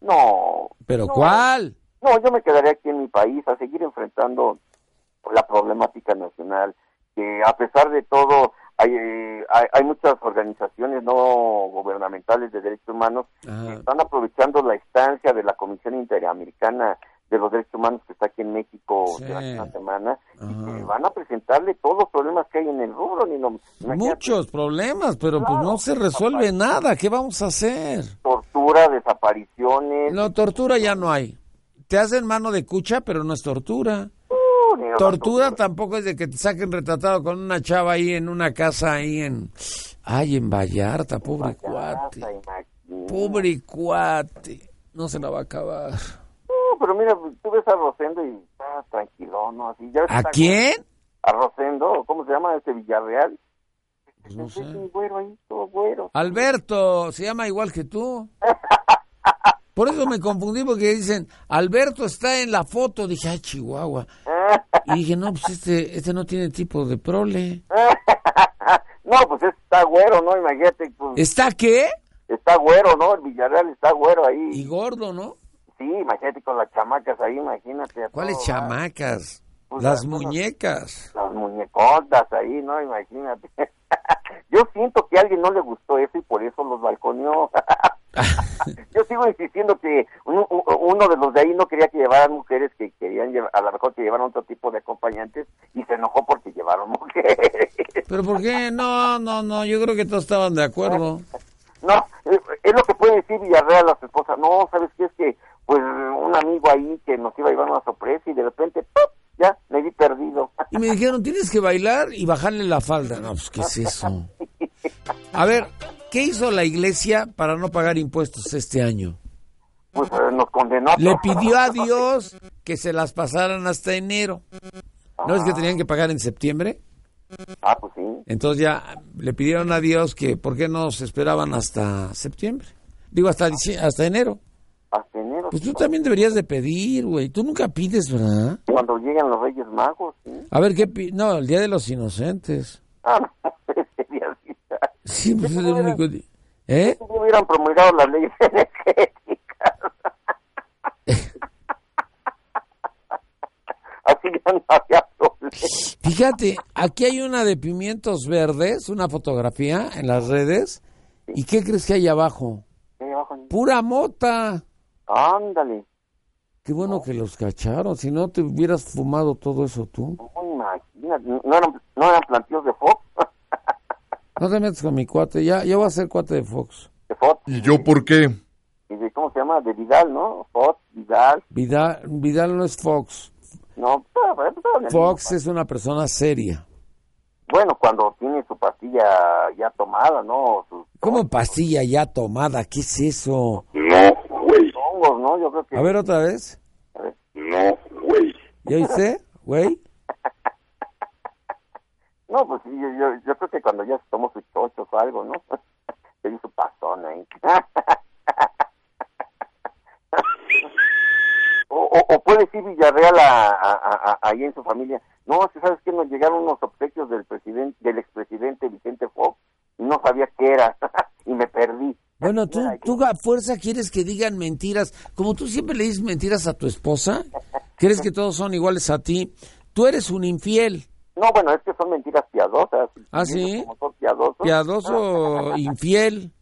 No.
¿Pero
no.
cuál?
No, yo me quedaré aquí en mi país a seguir enfrentando la problemática nacional, que a pesar de todo hay, eh, hay, hay muchas organizaciones no gubernamentales de derechos humanos que
Ah.
están aprovechando la estancia de la Comisión Interamericana de los Derechos Humanos que está aquí en México
Sí.
durante una semana y que
Ajá.
van a presentarle todos los problemas que hay en el rubro. Ni no, imagínate,
Muchos problemas, pero pues no se resuelve nada. ¿Qué vamos a hacer?
tortura, desapariciones.
No, tortura ya no hay. Te hacen mano de cucha, pero no es tortura.
uh, ni no,
Tortura tampoco es de que te saquen retratado con una chava ahí en una casa ahí en... Ay, en Vallarta, pobre cuate.
Hasta imagínate.
Pobre cuate. No se la va a acabar.
No, pero mira, tú ves a Rosendo y está tranquilo, ¿no? Así, ya ves que
¿A
está-
quién?
A Rosendo, ¿cómo se llama este Villarreal?
Pues no
Es un
sé.
güero ahí, todo güero.
Alberto, se llama igual que tú. Por eso me confundí porque dicen, Alberto está en la foto. Dije, ay, Chihuahua. Y dije, no, pues este, este no tiene tipo de prole.
pues güero, ¿no? Imagínate, pues,
¿Está qué?
está güero, ¿no? El Villarreal está güero ahí.
Y gordo, ¿no?
Sí, imagínate con las chamacas ahí, imagínate. a
¿Cuáles
todo, ¿verdad?
chamacas?
Pues
Las
las-
muñecas.
Las muñecotas ahí, ¿no? Imagínate. Yo siento que a alguien no le gustó eso y por eso los balconeó. Yo sigo insistiendo que un- u- uno de los de ahí no quería que llevaran mujeres que querían llevar, a lo mejor que llevaran otro tipo de acompañantes y se enojó porque llevaron mujeres.
¿Pero por qué? No, no, no, yo creo que todos estaban de acuerdo.
No, eh, es lo que puede decir Villarreal a su esposa. No, ¿sabes qué? Es que, pues, un amigo ahí que nos iba a llevar una sorpresa y de repente, ¡pum! ya, me vi perdido.
Y me dijeron, tienes que bailar y bajarle la falda. No, pues, ¿qué es eso? A ver, ¿qué hizo la iglesia para no pagar impuestos este año?
Pues eh, nos condenó. a
Le
todos.
pidió a Dios que se las pasaran hasta enero. ¿No es que tenían que pagar en septiembre?
Ah, pues sí.
Entonces ya le pidieron a Dios que, ¿por qué no se esperaban hasta septiembre? Digo, hasta, dicie- hasta enero.
Hasta enero.
Pues
sí.
tú también deberías de pedir, güey. Tú nunca pides, ¿verdad?
Cuando llegan los Reyes Magos, ¿sí?
A ver, ¿qué pi- No, el Día de los Inocentes.
Ah, no, sería así.
Sí, pues es el único... di- ¿Eh?
Si no hubieran promulgado las leyes energéticas. Así que no había problema.
Fíjate, aquí hay una de pimientos verdes, una fotografía en las redes. ¿Y qué crees que hay abajo?
Ahí abajo, ¿no?
¡Pura mota!
Ándale.
Qué bueno que los cacharon. Si no, te hubieras fumado todo eso tú.
No, imagínate, no eran, no eran plantíos de Fox.
No te metas con mi cuate. Ya, ya voy a ser cuate de Fox.
De Fox.
¿Y yo por qué?
Y de, ¿Cómo se llama? De Vidal, ¿no? Fox, Vidal.
Vidal, Vidal no es Fox.
No, pero- pero- pero-
Fox es una persona seria.
Bueno, cuando tiene su pastilla ya tomada, ¿no? Sus
¿Cómo pastilla ya tomada? ¿Qué es eso?
No, güey.
hongos, ¿no? Yo creo que.
A ver otra vez.
No, güey.
¿Ya oíste, güey?
No, pues sí, yo, yo, yo creo que cuando ya se tomó sus chochos o algo, ¿no? Se hizo pasón ahí. o, o, o puede ir Villarreal a, a, a- a- ahí en su familia. No, si sabes que nos llegaron unos obsequios del presidente, del expresidente Vicente Fox y no sabía qué era y me perdí.
Bueno, tú, tú a fuerza quieres que digan mentiras. Como tú siempre le dices mentiras a tu esposa, crees que todos son iguales a ti. Tú eres un infiel,
No, bueno, es que son mentiras piadosas.
Ah, ¿sí?
Como son piadosos. Ah,
piadoso infiel.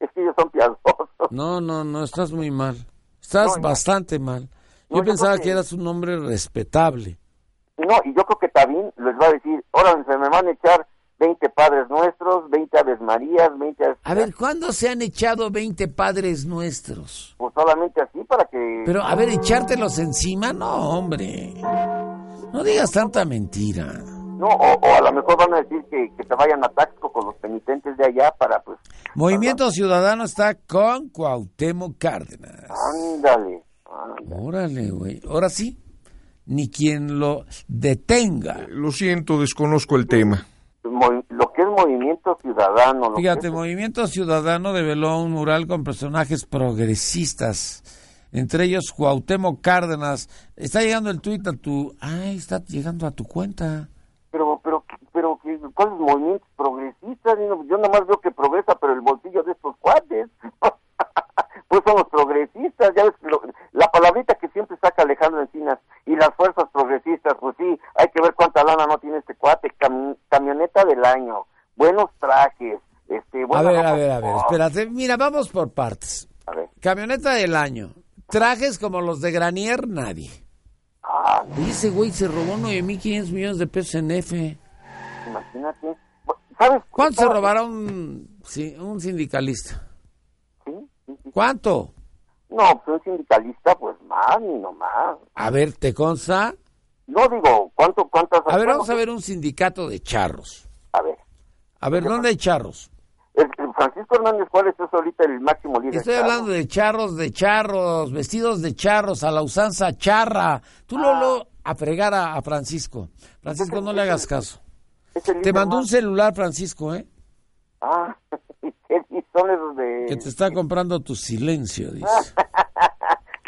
Es que ellos son piadosos.
No, no, no, estás muy mal. Estás bastante mal. Yo
No, yo
pensaba
creo
que
que-
eras un hombre respetable.
No, y yo creo que Tabín les va a decir, ahora se me van a echar 20 padres nuestros, 20 aves marías, 20 aves...
A ver, ¿cuándo se han echado 20 padres nuestros?
Pues solamente así para que...
Pero, a ver, echártelos encima, no, hombre. No digas tanta mentira.
No, o, o a lo mejor van a decir que, que se vayan a Taxco con los penitentes de allá para pues...
Movimiento Ciudadano está con Cuauhtémoc Cárdenas.
Ándale. ándale.
Órale, güey. Ahora sí, ni quien lo detenga.
Lo siento, desconozco el tema.
Pues, Movi- Lo que es movimiento ciudadano... Lo que
Fíjate,
es-
Movimiento Ciudadano develó un mural con personajes progresistas, entre ellos Cuauhtémoc Cárdenas. Está llegando el tuit a tu... Ay, está llegando a tu cuenta.
Pero, pero, pero, ¿qué- ¿cuáles movimientos progresistas? Yo no- Yo nomás veo que progresa, pero el bolsillo de estos cuates. pues son los progresistas, ya ves, lo- la palabrita que siempre saca Alejandro Encinas. Y las fuerzas progresistas, pues sí, hay que ver cuánta lana no tiene este cuate. Cami- camioneta del año, buenos trajes, este...
A
buena
ver,
ropa
a ver, a ver,
interior.
espérate. Mira, vamos por partes.
A ver.
Camioneta del año. Trajes como los de Granier, nadie.
Ah,
Oye, ese güey se robó 9.500 millones de pesos en F.
imagínate. Bu- ¿Sabes?
¿Cuánto se
estaba-
robará un, sí, un sindicalista?
Sí, sí, sí.
¿Cuánto?
No, pues un sindicalista, pues más, ni nomás.
A ver, ¿te consta?
No digo, ¿cuánto, cuántas...
A ver, vamos a ver un sindicato de charros.
A ver.
A ver, ¿dónde hay charros?
El- el Francisco Hernández Juárez es ahorita el máximo líder.
Estoy hablando de charros, de charros, vestidos de charros, a la usanza charra. Tú lo a fregar a, a Francisco. Francisco, no le hagas caso.
Es el
Te
líder
mandó
más-
un celular, Francisco, ¿eh?
Ah, y son esos de...
Que te está comprando tu silencio, dice.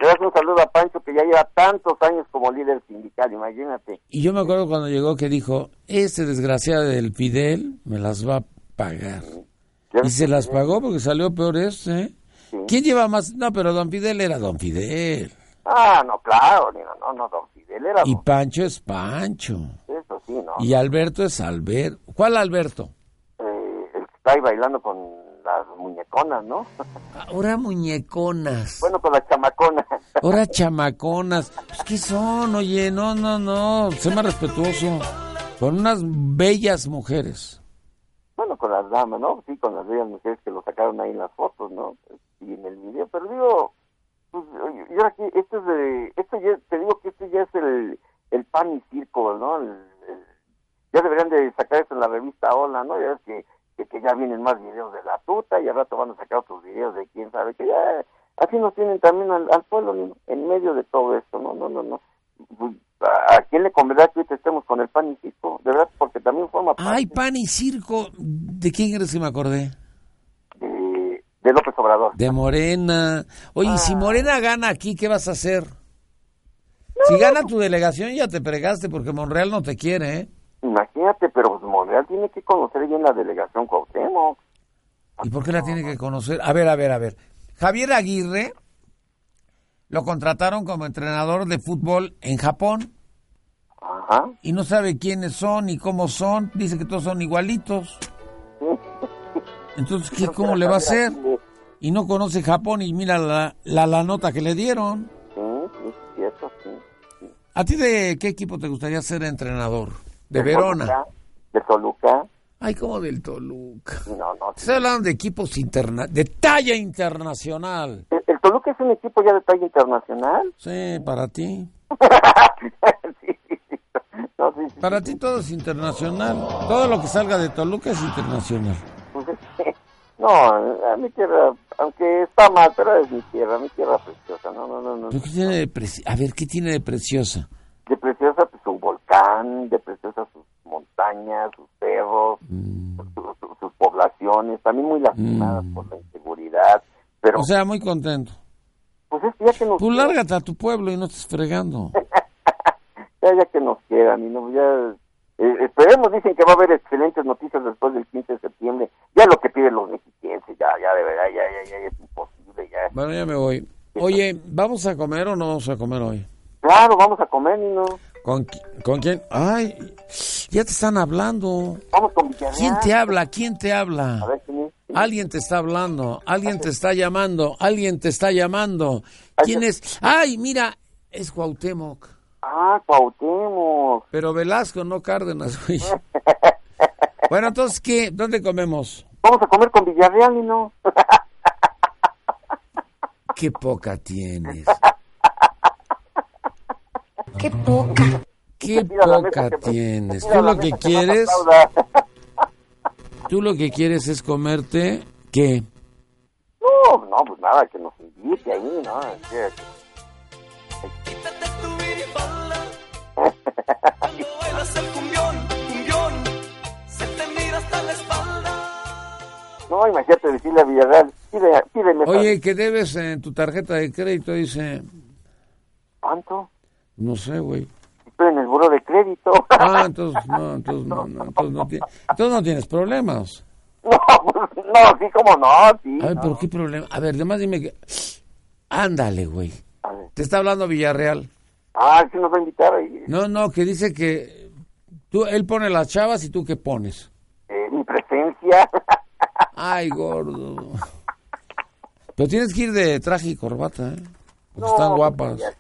Le das un saludo a Pancho que ya lleva tantos años como líder sindical, imagínate.
Y yo me acuerdo cuando llegó que dijo, este desgraciado del Fidel me las va a pagar. Y se las pagó porque salió peor esto, ¿eh? ¿Quién lleva más? No, pero don Fidel era don Fidel.
Ah, no, claro, Nino, no, no, don Fidel era
Y
don
Pancho es Pancho.
eso sí, ¿no?
Y Alberto es Alberto. ¿Cuál Alberto?
Eh, el que está ahí bailando con las muñeconas, ¿no?
Ahora muñeconas.
Bueno, con las chamaconas.
Ahora chamaconas. Pues, ¿Qué son? Oye, no, no, no. Sé más respetuoso. Con unas bellas mujeres.
bueno, con las damas, ¿no? Sí, con las bellas mujeres que lo sacaron ahí en las fotos, ¿no? Y en el video, pero digo, pues, oye, yo aquí, esto es de, esto ya, te digo que esto ya es el, el pan y circo, ¿no? El- el- ya deberían de sacar eso en la revista Hola, ¿no? Ya ves que, que, que ya vienen más videos de la tuta y al rato van a sacar otros videos de quién sabe, que ya, así nos tienen también al, al pueblo en, en medio de todo esto, ¿no? No, no, no. Pues, ¿A a quién le convendrá que ahorita estemos con el pan y circo? De verdad, porque también forma parte
Ay, pan y circo. ¿De quién crees que me acordé?
de, de López Obrador.
De Morena. Oye, si Morena gana aquí, ¿qué vas a hacer? Si gana tu delegación, ya te pregaste porque Monreal no te quiere, ¿eh?
Imagínate, pero pues, Monreal tiene que conocer bien la delegación Cuauhtémoc.
¿Y por qué la tiene que conocer? A ver, a ver, a ver. Javier Aguirre lo contrataron como entrenador de fútbol en Japón
Ajá.
y no sabe quiénes son ni cómo son. Dice que todos son igualitos. Entonces, ¿qué, ¿cómo le va a hacer? Y no conoce Japón y mira la, la, la nota que le dieron.
Sí, sí, cierto, sí.
¿A ti de qué equipo te gustaría ser entrenador? De
Del
Verona.
Toluca, De Toluca.
Ay, como del Toluca.
No, no. sí.
Estás hablando de equipos interna de talla internacional.
¿El, el Toluca es un equipo ya de talla internacional?
Sí, para ti.
sí, sí. No, sí, sí.
Para ti todo es internacional. Todo lo que salga de Toluca es internacional.
Pues, es que- No, a mi tierra, aunque está mal, pero es mi tierra, mi tierra preciosa. No, no, no, no.
¿Pero qué tiene de preci- A ver, ¿qué tiene de preciosa?
De preciosa pues, su volcán, de preciosa sus montañas, sus cerros,
Mm.
su- su- sus poblaciones, también muy lastimadas por la inseguridad. Pero,
O sea, muy contento.
pues es que ya que nos,
Pues lárgate a tu pueblo y no estés fregando.
ya, ya que nos quedan, y no, ya, eh, esperemos, dicen que va a haber excelentes noticias después del 15 de septiembre. Ya lo que piden los mexiquenses, ya, ya, de verdad, ya, ya, ya, ya es imposible, ya.
Bueno, ya me voy. Oye, ¿vamos a comer o no vamos a comer hoy?
Claro, vamos a comer, no
¿Con, qui- con quién? Ay, ya te están hablando.
Vamos con Villarreal.
¿Quién te habla? ¿Quién te
A
habla?
ver, ¿quién es?
Alguien te está hablando, alguien te está llamando, alguien te está llamando. ¿Quién es? Ay, mira, es Cuauhtémoc.
Ah, Cuauhtémoc.
Pero Velasco, no Cárdenas, güey. Bueno, entonces, ¿qué? ¿Dónde comemos?
Vamos a comer con Villarreal, y no.
Qué poca tienes.
Qué poca.
Qué
Mira la mesa
poca
que-
tienes.
mira
Tú
la
lo que
mesa más
quieres,
aplauda.
tú lo que quieres es comerte, ¿qué?
No, no, pues nada, que nos invite ahí, ¿no? Es que- No, imagínate decirle a Villarreal, pide, pídeme
Oye, que debes en tu tarjeta de crédito, dice,
¿cuánto?
no sé, güey.
Estoy en el buro de crédito.
Ah, entonces no, entonces no, no, entonces no, ti- entonces no tienes problemas.
no, pues, no, sí, como no, sí.
A ver,
no.
¿pero qué problema? A ver, además dime que... Ándale, güey.
A ver.
Te está hablando Villarreal.
Ah, sí nos va a invitar ahí.
No, no, que dice que tú, él pone las chavas y tú qué pones.
Eh, mi presencia.
Ay, gordo. Pero tienes que ir de traje y corbata, ¿eh? Porque
No,
están
pues,
guapas.
ya-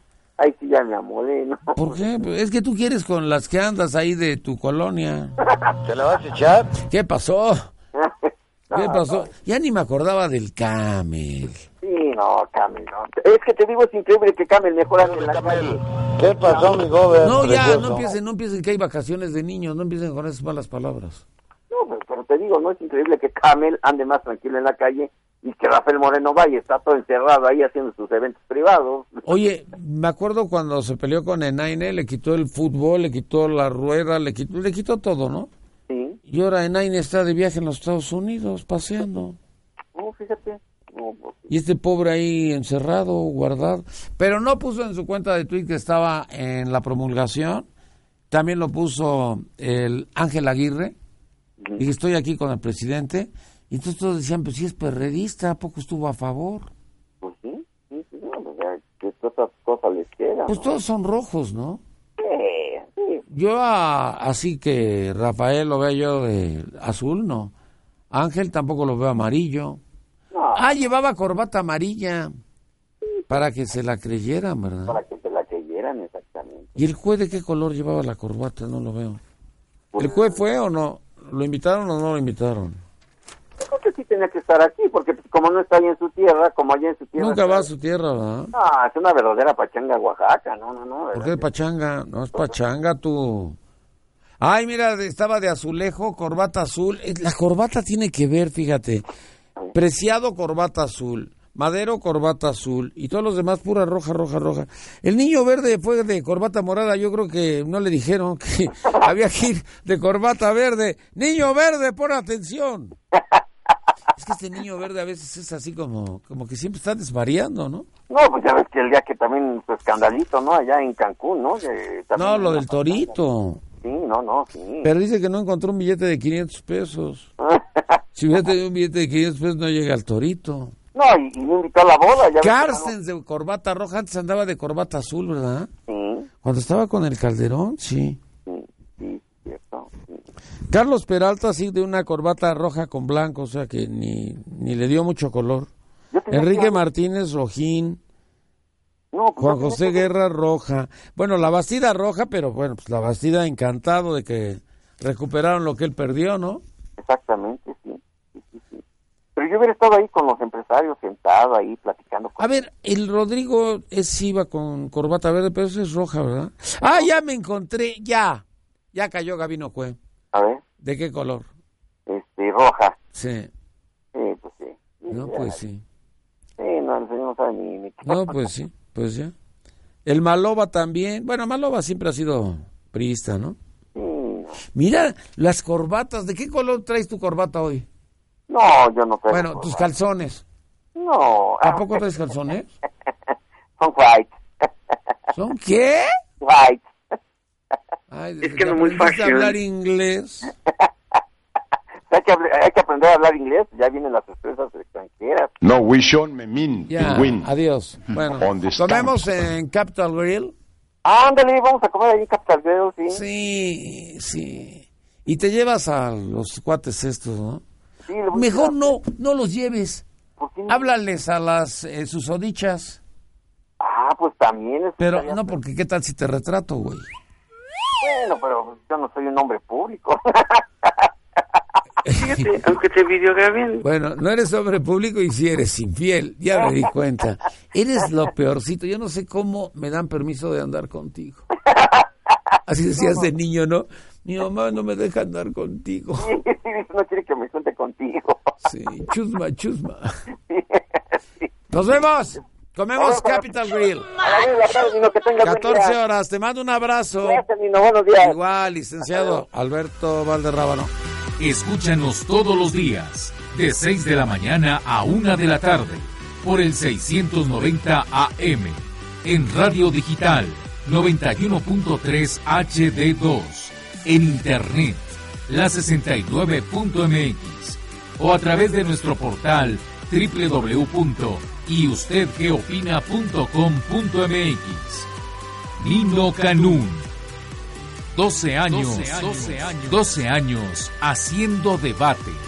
Ahí sí ya me amolé, ¿no?
¿Por qué? Pues Es que tú quieres con las que andas ahí de tu colonia.
¿Te la vas a echar?
¿Qué pasó? ¿Qué pasó? Ya ni me acordaba del camel.
Sí, no, Camel, no. Es que te digo, es increíble que Camel mejora que la calle.
¿Qué pasó, mi joven?
No, ya,
Precioso.
no empiecen, no empiecen que hay vacaciones de niños, no empiecen con esas malas palabras.
No, pero, pero te digo, no es increíble que Camel ande más tranquilo en la calle y que Rafael Moreno vaya, está todo encerrado ahí haciendo sus eventos privados.
Oye, me acuerdo cuando se peleó con Enaine, le quitó el fútbol, le quitó la rueda, le quitó, le quitó todo, ¿no?
Sí,
Y ahora Enaine está de viaje en los Estados Unidos, paseando.
no, fíjate. No, pues,
Y este pobre ahí encerrado, guardado. Pero no puso en su cuenta de tweet que estaba en la promulgación. También lo puso el Ángel Aguirre. Y estoy aquí con el presidente. Y entonces todos decían, pues si es perredista, ¿a poco estuvo a favor?
Pues sí, sí, sí, no, pues ya, ¿qué otras cosas les queda?
Pues
no?
todos son rojos, ¿no?
Sí, sí,
Yo a- así que Rafael lo veo yo de azul, no. Ángel tampoco lo veo amarillo.
no,
Ah, llevaba corbata amarilla para que se la creyeran, ¿verdad?
para que se la creyeran exactamente.
¿Y el juez de qué color llevaba la corbata? No lo veo.
Pues-
¿El juez fue o no? ¿Lo invitaron o no lo invitaron?
Yo creo que sí tenía que estar aquí, porque pues, como no está allá en su tierra, como allá en su tierra...
Nunca va a su tierra, ¿verdad?
Ah, es una verdadera pachanga Oaxaca, no, no, no.
¿Por
¿verdad?
qué pachanga? No es pachanga tú. Ay, mira, de- estaba de azulejo, corbata azul. Eh, La corbata tiene que ver, fíjate. Preciado, corbata azul. Madero, corbata azul. Y todos los demás, pura roja, roja, roja. El niño verde fue de corbata morada. Yo creo que no le dijeron que había que ir de corbata verde. Niño verde, pon atención. Es que este niño verde a veces es así como, como que siempre está desvariando, ¿no?
No, pues ya ves que el día que también su escandalito, ¿no? Allá en Cancún, ¿no? Que también-
No, lo del torito.
Sí, no, no, sí.
Pero dice que no encontró un billete de 500 pesos. Si hubiera tenido un billete de 500 pesos, no llega al torito.
No, y, y me invitó a la boda. Ya ves que
Cárcens de corbata roja, antes andaba de corbata azul, ¿verdad?
no- Sí,
Cuando estaba con el Calderón, sí.
sí, sí, cierto. sí.
Carlos Peralta, sí, de una corbata roja con blanco, o sea que ni, ni le dio mucho color.
Yo tenía
Enrique
que-
Martínez, rojín.
No, pues,
Juan
yo tenía
José
que-
Guerra, roja. Bueno, la Bastida roja, pero bueno, pues la Bastida encantado de que recuperaron lo que él perdió, ¿no?
Exactamente, sí. sí, sí, sí. Pero yo hubiera estado ahí con los empresarios, sentado ahí, platicando con
A ver, el Rodrigo es iba con corbata verde, pero esa es roja, ¿verdad? Ah, ya me encontré, ya. Ya cayó Gabino Cue.
A ver,
¿De qué color?
este, roja.
Sí.
Sí, pues sí.
No, pues sí.
Sí, no, el señor no sabe ni, ni qué.
No, pues sí. Pues ya. El Maloba también. Bueno, Maloba siempre ha sido priista, ¿no?
Sí, no.
Mira las corbatas. ¿De qué color traes tu corbata hoy?
No, yo no traigo.
Bueno, pues, tus
roja.
calzones.
No. ah,
¿A poco traes calzones?
Son white.
¿Son qué?
White.
Ay,
Es
desde
que no muy
aprendiste a
fashion.
hablar inglés.
Hay que, hable- hay que aprender a hablar inglés. Ya vienen las empresas extranjeras.
No, we shown me mean
Ya,
in win. Mm.
adiós. Bueno,
On the stamp.
comemos en Capital Grill.
Ándale, vamos a comer ahí en Capital Grill, sí.
Sí, sí. Y te llevas a los cuates estos, ¿no?
Sí, le voy a
Mejor
decir,
no, no los lleves.
¿por qué no?
Háblales a las eh, susodichas.
Ah, pues también. eso
Pero
estaría-
no, pues porque qué tal si te retrato, güey.
Bueno, pero yo no soy un hombre público.
Fíjate, aunque te videograben.
Bueno, no eres hombre público y si eres infiel, ya me di cuenta. Eres lo peorcito. Yo no sé cómo me dan permiso de andar contigo. Así decías de niño, ¿no? Mi mamá no me deja andar contigo.
Sí, dice, no quiere que me junte contigo.
Sí, chusma, chusma.
Sí.
Nos vemos. Comemos Capital Grill.
A la una de la tarde, Nino, que tenga buen día.
14 horas. Te mando un abrazo.
Gracias, Nino, buenos días.
Igual, licenciado Alberto Valderrábano.
Escúchanos todos los días, de 6 de la mañana a 1 de la tarde, por el 690 AM, en Radio Digital 91.3 HD2, en Internet, la 69.mx, o a través de nuestro portal www.yustedqueopina.com.mx. Nino Canún. 12 años, 12 años, 12 años haciendo debate.